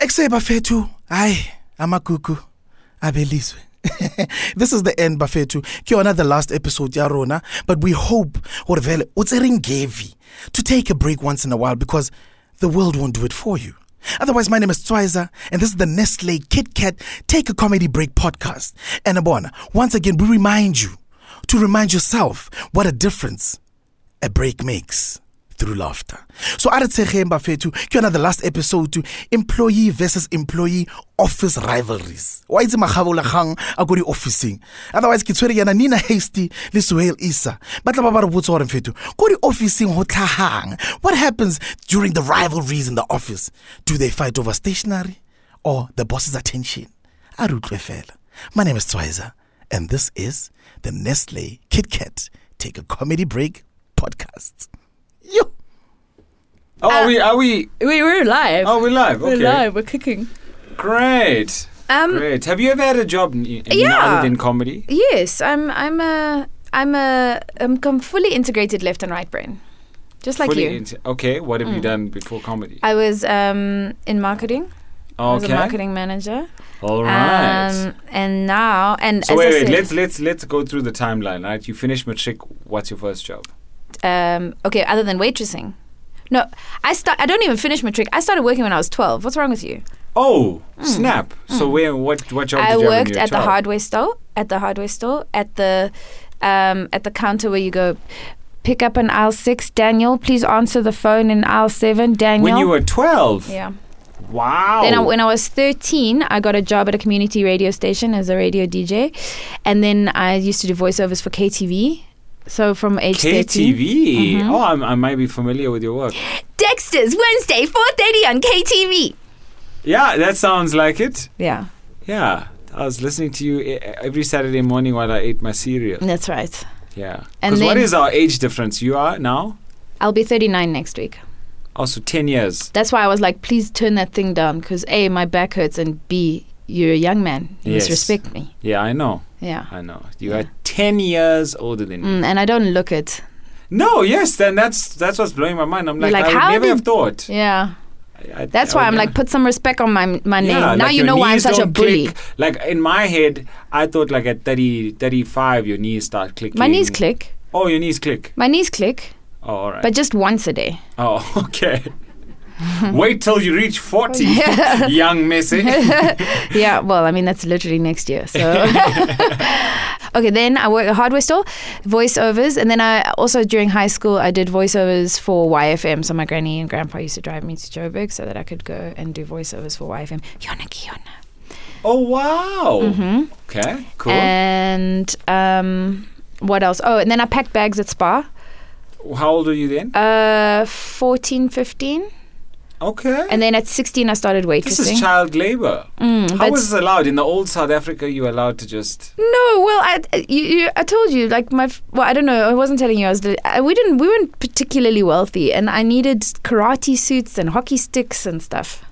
Ekse Bafethu, ayi amagugu abelizwe. this is the end Bafethu. Ke yona the last episode ya rona, but we hope hore vele o tsereng ngevi to take a break once in a while because the world won't do it for you. Otherwise, my name is Twiza, and this is the Nestle Kit Kat Take a Comedy Break podcast. And Abona, once again, we remind you to remind yourself what a difference a break makes through laughter. So are tsegeng bafethu ke yona the last episode to employee versus employee office rivalries. Wa itse magabo le gang a ko di officing. Otherwise ke tshwere yana Nina Hasty le Suhail Isa. Ba tla ba ba re botsa gore mfethu ko di officing ho tlhagang. What happens during the rivalries in the office? Do they fight over stationery or the boss's attention? A re utlwe fela. My name is Twiza and this is the Nestle Kit Kat Take a Comedy Break podcast. Yo. Oh, are we? Are we? We we're live. Oh, we're live. Ah. we're Okay, live. We're cooking. great. Um, Great. Have you ever had a job in, in Yeah. other than comedy? yes, I'm. I'm a. I'm a. I'm com- fully integrated left and right brain, just like Fully you. Mm. into- okay. What have you done before comedy? I was um in marketing. I was a okay. marketing manager. All right. Um, and now and so as wait, I wait. said, Let's let's let's go through the timeline. Right. You finished matric. What's your first job? um okay. Other than waitressing, no, I start. I don't even finish my trick. I started working when I was twelve. What's wrong with you? Oh, snap. So where? What? What job Mm. I did you have worked when you were at the 12? hardware store. At the hardware store. At the um, at the counter where you go pick up an aisle six. Daniel, please answer the phone in aisle seven. Daniel. When you were Oh. twelve. yeah. Wow. Then I, when I was 13, I got a job at a community radio station as a radio DJ, and then I used to do voiceovers for KTV. So from age 13, KTV. Mm-hmm. Oh, I'm, I might be familiar with your work. Dexter's Wednesday 4:30 on KTV. Yeah, that sounds like it. Yeah, Yeah. I was listening to you e- every Saturday morning while I ate my cereal. that's right. Yeah. And Because what then- is our age difference? You are now I'll be 39 next week. also 10 years. That's why I was like, please turn that thing down because A, my back hurts, and B, you're a young man. You must Yes. respect me. Yeah, I know. Yeah. I know. You are 10 years older than me. Mm, and I don't look it. No, yes, then that's that's what's blowing my mind. I'm You're like, like, I how would never did- have thought. Yeah. I- I- That's I why would I'm never- like, put some respect on my my name. Oh, Yeah, now like you your know why I'm knees such a don't bully. click. Like in my head, I thought like at 30, 35, your knees start clicking. My knees click. Oh, your knees click. My knees click, Oh, all right. but just once a day. oh, okay. Wait till you reach 40, young Messi. Yeah, well, I mean, that's literally next year. So, okay, then I work at a hardware store, voiceovers. And then I also, during high school, I did voiceovers for YFM. So my granny and grandpa used to drive me to Joburg so that I could go and do voiceovers for YFM. Yona Kiona. oh, wow. Okay, cool. Mm-hmm. And um, what else? Oh, and then I packed bags at Spa, How old were you then? uh, 14, 15. Okay. And then at 16, I started Mm, waitressing. This is child labor. How but- was this allowed? In the old South Africa, you were allowed to just. No, well, I you, you, I told you like my f- well, I don't know. I wasn't telling you. I was. li- I, we didn't. We weren't particularly wealthy, and I needed karate suits and hockey sticks and stuff.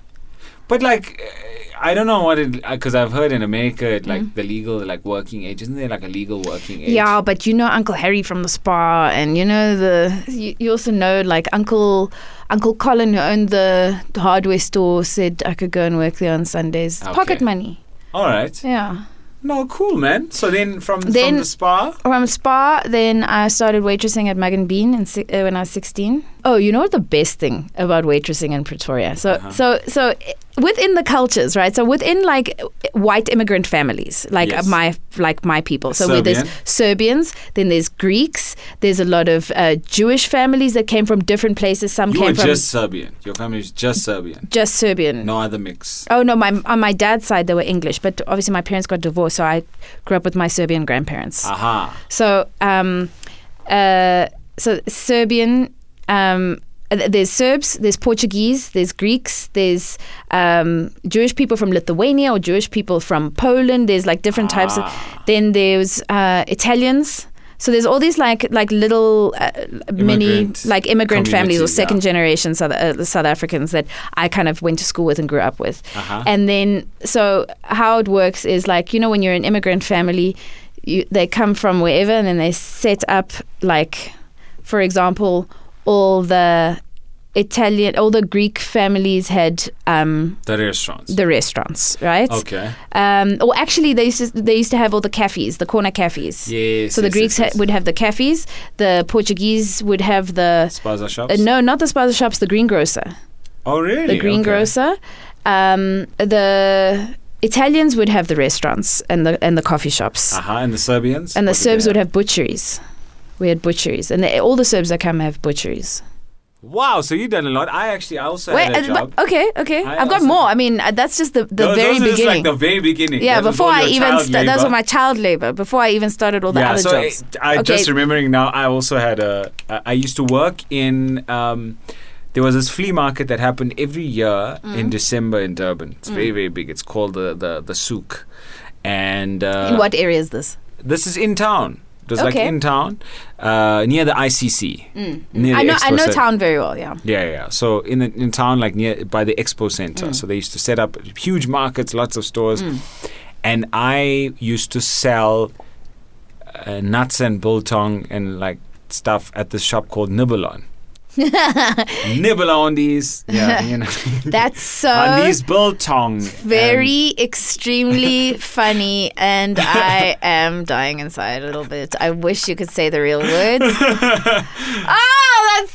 But like, eh, I don't know what it. Because I've heard in America, it, like the legal like working age isn't there like a legal working age? Mm. Yeah, but you know Uncle Harry from the spa, and you know the. You, you also know like Uncle Uncle Colin who owned the hardware store said I could go and work there on Sundays. Pocket Okay. money. All right. Yeah. No, cool, man. So then from from Then- the spa. From spa, then I started waitressing at Mug and Bean in, si- uh, when I was 16. Oh, you know what the best thing about waitressing in Pretoria? So, so, so i- within the cultures, right? So within like uh, white immigrant families, like uh, Yes. my like my people. So where Serbian. there's Serbians, then there's Greeks, there's a lot of uh, Jewish families that came from different places. Some You came were from just Serbian. Your family is just Serbian. just Serbian. No other mix. Oh no, my on my dad's side they were English, but obviously my parents got divorced, so I grew up with my Serbian grandparents. Aha. So, um, uh, so Serbian. Um, th- there's Serbs, there's Portuguese, there's Greeks, there's um, Jewish people from Lithuania or Jewish people from Poland. There's like different Ah. types of. Then there's uh, Italians. So there's all these like like little uh, mini Immigrant like immigrant families or community, yeah. second generation South, uh, South Africans that I kind of went to school with and grew up with. Uh-huh. And then, so how it works is like, you know, when you're an immigrant family, you, they come from wherever and then they set up, like, for example, all the Italian, all the Greek families had um, The restaurants. the restaurants, right? okay. Um, or actually, they used to, they used to have all the cafes, the corner cafes. Yes. So the yes, Greeks yes, ha- would have the cafes. The Portuguese would have the yes. Spaza shops. uh, no, not the spaza shops, the greengrocer, Oh really? the greengrocer. Um, the Italians would have the restaurants and the and the coffee shops, Okay. Uh-huh, and the Serbians. and the What did they Serbs would have? have butcheries. We had butcheries, and they, all the Serbs that come have butcheries. Wow. So you done a lot. I actually I also Wait, had a uh, but- job. okay, okay. I I've got also- more. I mean, uh, that's just the, the Those- very those are just, beginning. like the very beginning. yeah, That was before all I your even child sta- those labor. were my child labor. Before I even started all the other so jobs. it- I Okay. just remembering now. I also had a. I I used to work in. Um, there was this flea market that happened every year Mm. in December in Durban. It's very very big. It's called the the the souk, and uh, In what area is this? This is in town. It was like Okay. Mm. in town, uh, near the ICC. Near I the know, I Expo know Cent- town very well. Yeah. Yeah, yeah, yeah. So in the, in town, like near by the expo center. So they used to set up huge markets, lots of stores, and I used to sell uh, nuts and biltong and like stuff at this shop called Nibblon. Nibble on these, yeah, you know, That's on so these biltong. and- very extremely funny, and I am dying inside a little bit. I wish you could say the real words. oh,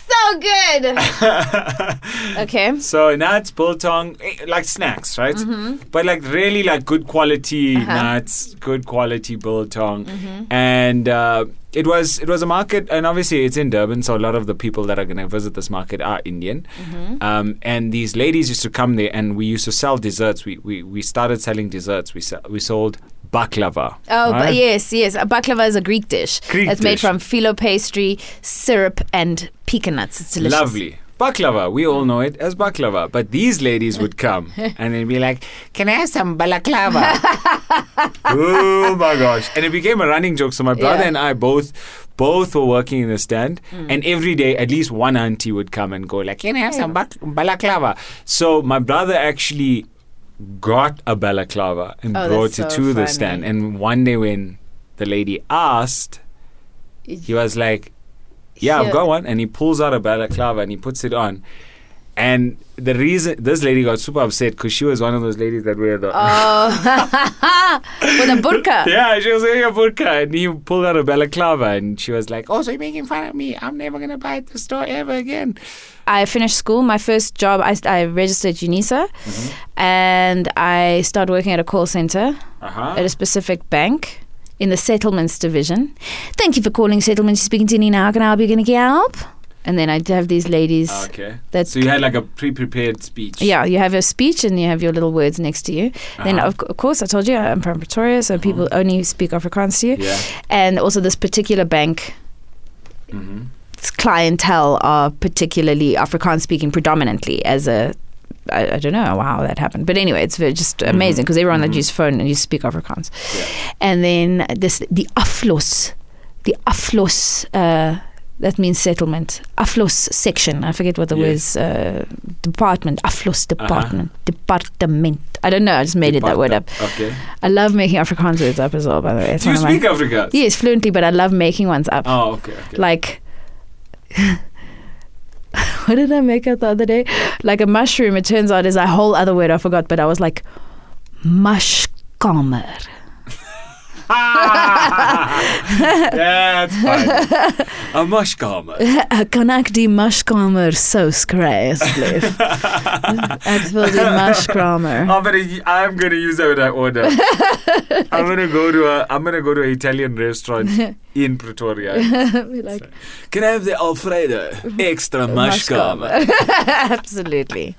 that's so good. okay. So nuts, biltong, eh, like snacks, right? Mm-hmm. But like really like good quality Uh-huh. nuts, good quality biltong, Mm-hmm. and uh, it was it was a market, and obviously it's in Durban, so a lot of the people that are going to visit this market are Indian. Mm-hmm. Um, and these ladies used to come there, and we used to sell desserts. We we, we started selling desserts. We sell, we sold baklava. Oh, right? but yes, yes. A baklava is a Greek dish. Greek it's made dish. from filo pastry, syrup, and pecan nuts. It's delicious. Lovely. Baklava, we all know it as baklava, but these ladies would come and they'd be like, "Can I have some balaklava?" oh my gosh! And it became a running joke. So my brother Yeah. and I both, both were working in the stand, Mm. and every day at least one auntie would come and go like, "Can I have some bak- balaklava?" So my brother actually got a balaklava and Oh, brought it that's so to the funny. stand. And one day when the lady asked, he was like, "Yeah, Here. I've got one," and he pulls out a balaclava and he puts it on. And the reason this lady got super upset because she was one of those ladies that wear the Oh, with a burqa. yeah, she was wearing a burqa, and he pulled out a balaclava, and she was like, "Oh, so you're making fun of me? I'm never gonna buy at the store ever again." I finished school. My first job, I, I registered UNISA Mm-hmm. and I started working at a call center Uh at huh. a specific bank in the settlements division. Thank you for calling settlements. You're speaking to Nina. How can I help you? Going to help? And then I'd have these ladies. Ah, Okay. That's So you had like a pre-prepared speech. yeah, you have your speech and you have your little words next to you. Then, Uh-huh. of, c- of course, I told you I'm from Pretoria, so people only speak Afrikaans to you. Yeah. And also, this particular bank Mm-hmm. clientele are particularly Afrikaans speaking predominantly as a I, I don't know how that happened, but anyway, it's very- just amazing because everyone that uses phone and you speak Afrikaans, Mm-hmm. Yeah. and then this the Aflos, the Aflos. Uh, that means settlement. Aflos section. I forget what the Yes. Uh-huh. words uh, department. Aflos department. Department. I don't know. I just made it that word up. Okay. I love making Afrikaans words up as well. By the way, it's Do you one of my speak Afrikaans? yes fluently, but I love making ones up Oh, okay. okay. like what did I make up the other day? Like a mushroom, it turns out is a whole other word I forgot, but I was like mushkamer. That's fine. a mushkama. Kan ek die mushkamer sous kry asseblief? Ek wil die mushkamer. I'm gonna I'm gonna use that when I order. I'm gonna go to a I'm gonna go to an Italian restaurant in Pretoria. Be like Can I have the Alfredo extra mashkama? Absolutely.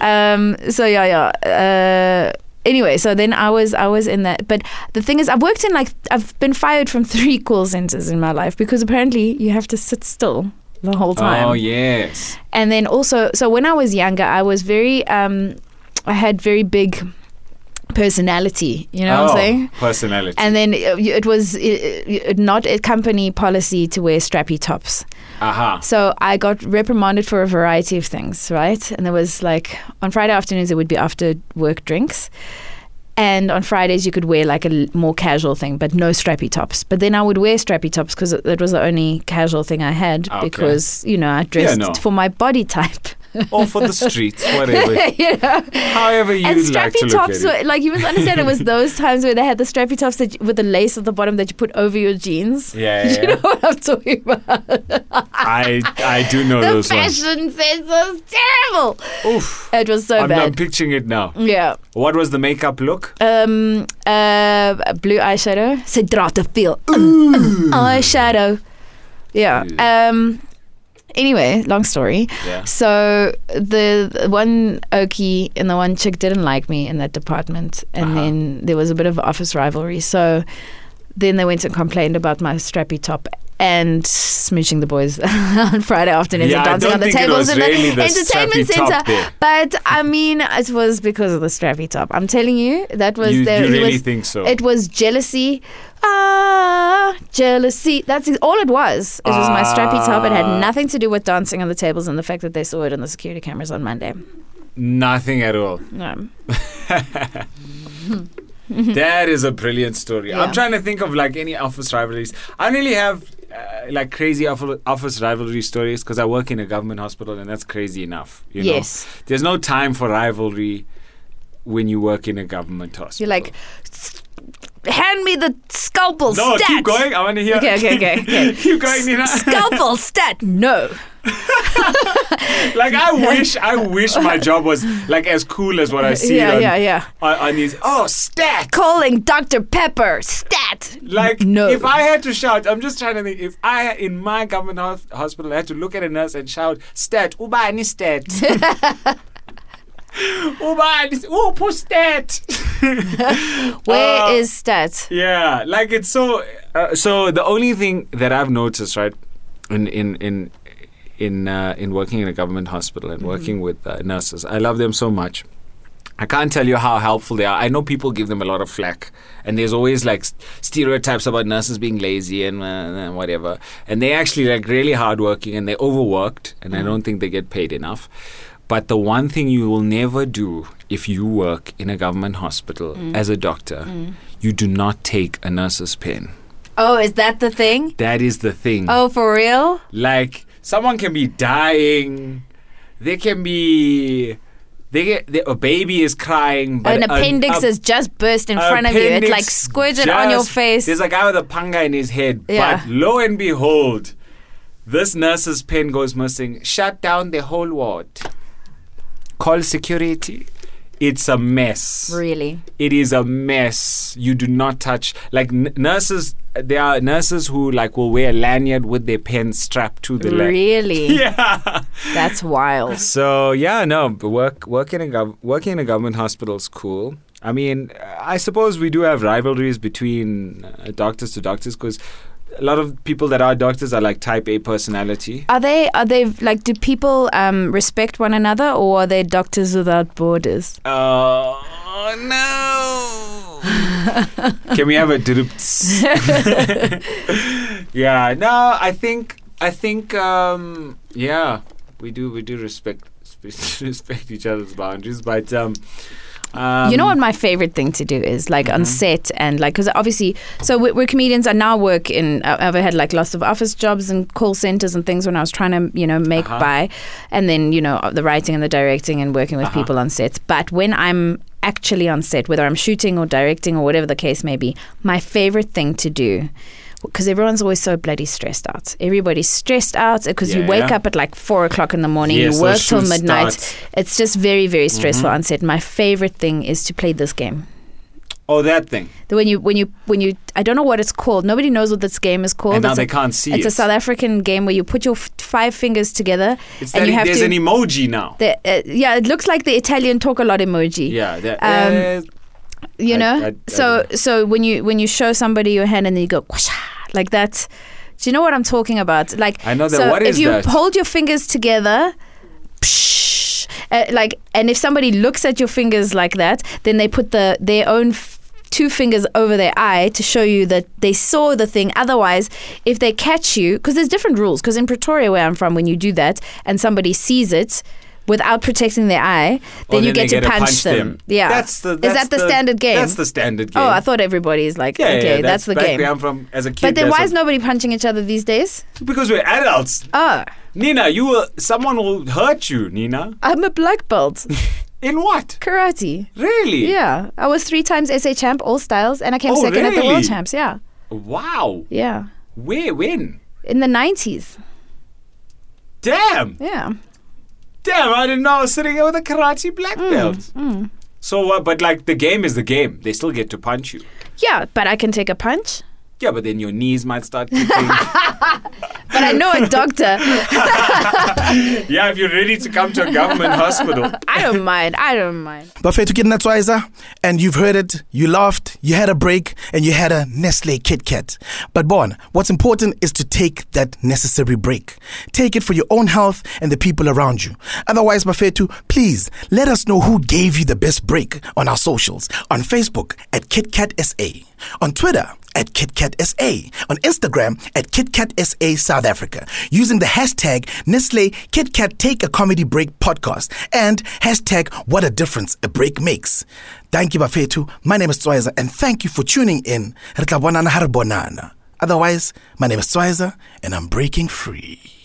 Um so yeah, yeah. Uh Anyway, so then I was I was in that, but the thing is, I've worked in like I've been fired from three call centers in my life because apparently you have to sit still the whole time. Oh yes. And then also, so when I was younger, I was very, um, I had very big personality. You know what I'm Oh, saying? Personality. And then uh, you- it was uh, uh, not a company policy to wear strappy tops. Aha. So I got reprimanded for a variety of things, right? And there was like on Friday afternoons, it would be after work drinks. And on Fridays, you could wear like a l- more casual thing, but no strappy tops. But then I would wear strappy tops because that was the only casual thing I had Ah, okay. because, you know, I dressed no. for my body type. or for the streets, whatever. you know? However you and like strappy to look tops at it. were like you must understand it was those times where they had the strappy tops that you, with the lace at the bottom that you put over your jeans. Yeah, yeah, You know yeah. what I'm talking about? I I do know The those ones. fashion sense was terrible. Oof. It was so I'm, I'm bad. picturing it now. yeah. What was the makeup look? Um. Uh. Blue eyeshadow. Sidrata feel. Eyeshadow. Yeah. Um. Anyway, long story. Yeah. So the, the one Okie and the one chick didn't like me in that department, and Uh-huh. then there was a bit of office rivalry. So then they went and complained about my strappy top and smooching the boys on Friday afternoons Yeah, I and dancing don't on the think it tables was in the really the entertainment strappy top center. there. But I mean, it was because of the strappy top. I'm telling you, that was you, there. you it really was, think so? it was jealousy. Ah, jealousy. That's ex- all it was. It was my strappy top. It had Ah. nothing to do with dancing on the tables and the fact that they saw it on the security cameras on Monday. Nothing at all. No. that is a brilliant story. Yeah. I'm trying to think of like any office rivalries. I don't really have uh, like crazy office office rivalry stories because I work in a government hospital and that's crazy enough. You know? yes. There's no time for rivalry when you work in a government hospital. You're like, "S- hand me the scalpel no, stat. keep going. I want to hear. Okay, okay, okay, okay. keep going, Nina. Scalpel stat. No. like I wish, I wish my job was like as cool as what I see yeah, on, yeah, yeah. on, on these. Oh, stack. Calling Dr. Pepper stat. Like, No. if I had to shout, I'm just trying to think. If I, in my government hos- hospital, I had to look at a nurse and shout, "Stat, ubani stat, ubani, upu stat." Where is Uh, stat? Yeah, like it's so. Uh, so the only thing that I've noticed, right, in in in in uh, in working in a government hospital and working with uh, nurses, I love them so much. I can't tell you how helpful they are. I know people give them a lot of flack, and there's always like st- stereotypes about nurses being lazy and uh, uh, whatever. And they actually like really hardworking, and they're overworked, and I Mm. don't think they get paid enough. But the one thing you will never do if you work in a government hospital Mm. as a doctor, you do not take a nurse's pen. Oh, is that the thing? That is the thing. Oh, for real? Like someone can be dying, they can be. They get, they, a baby is crying, but an a- appendix a- has just burst in front of you. It's like appendix squirted on your just- face. There's a guy with a panga in his head. Yeah. But lo and behold, this nurse's pen goes missing. Shut down the whole ward. Call security. It's a mess. Really? It is a mess. You do not touch like n- nurses. There are nurses who like will wear a lanyard with their pen strapped to the leg. Really? Yeah. That's wild. So yeah, no, but work working in a gov- working in a government hospital is cool. I mean, I suppose we do have rivalries between uh, doctors to doctors because a lot of people that are doctors are like type A personality. Are they are they like do people um, respect one another or are they doctors without borders? Oh no! Can we have a doodoops? yeah, no, I think I think um, yeah, we do we do respect respect each other's boundaries, but um, um Mm-hmm. you know what my favorite thing to do is like on set and like because obviously so we're, we're comedians. I now work in I- I've had like lots of office jobs and call centers and things when I was trying to you know make Uh-huh. by, and then you know the writing and the directing and working with Uh-huh. people on sets. But when I'm actually on set, whether I'm shooting or directing or whatever the case may be, my favorite thing to do. Because everyone's always so bloody stressed out. Everybody's stressed out because you Yeah, wake yeah. up at like four o'clock in the morning, Yes, those you work till shoots midnight. start. Mm-hmm. It's just very, very stressful on set. My favorite thing is to play this game. Oh, that thing. The when you when you when you I don't know what it's called. Nobody knows what this game is called. and now it's they a, can't see it. it's a South African game where you put your f- five fingers together It's and that you e- have there's to. an emoji now. the, uh, yeah, it looks like the Italian talk a lot emoji. Yeah, that, Um, eh, you I- know. I- I so so when you when you show somebody your hand and then you go "Kwasha," like that. Do you know what I'm talking about? Like I know that. So What is if you that? hold your fingers together, psh, uh, like, and if somebody looks at your fingers like that, then they put the their own. F- Two fingers over their eye to show you that they saw the thing. Otherwise, if they catch you, because there's different rules. Because in Pretoria, where I'm from, when you do that and somebody sees it, without protecting their eye, Or then you Oh, then get they to get to punch, punch them. them. Yeah, That's the- is that's that the, the- standard game? that's the standard Oh, game. I thought everybody's like, Yeah, okay, yeah, that's, the back game. where I'm from as a kid. But then that's why a- is nobody punching each other these days? Because we're adults. Oh, Nina, you will. Someone will hurt you, Nina. I'm a black belt. In what? Karate. Really? Yeah. I was three times SA champ, all styles, and I came Oh, second at the really? world champs. Yeah. Wow. Yeah. Where? When? In the 90s. Damn. Yeah. Damn. I didn't know I was sitting here with a karate black Mm, belt. So what? but like the game is the game. They still get to punch you. Yeah, but I can take a punch. Yeah, but then your knees might start kicking. But I know a doctor. yeah, if you're ready to come to a government hospital. I don't mind. I don't mind. Buffet to Kidna Twiza, and you've heard it, you laughed, you had a break, and you had a Nestle Kit Kat. But, Bon, what's important is to take that necessary break. Take it for your own health and the people around you. Otherwise, Buffetu, please let us know who gave you the best break on our socials on Facebook at KitKatSA, on Twitter at KitKatSA, on Instagram at KitKatSA South Africa, using the hashtag Nestle KitKat Take a Comedy Break Podcast and hashtag What a Difference a Break Makes. Thank you, Bafetu. My name is Tswaiza, and thank you for tuning in. Re tla bonana ha re bonana. Otherwise, my name is Tswaiza, and I'm breaking free.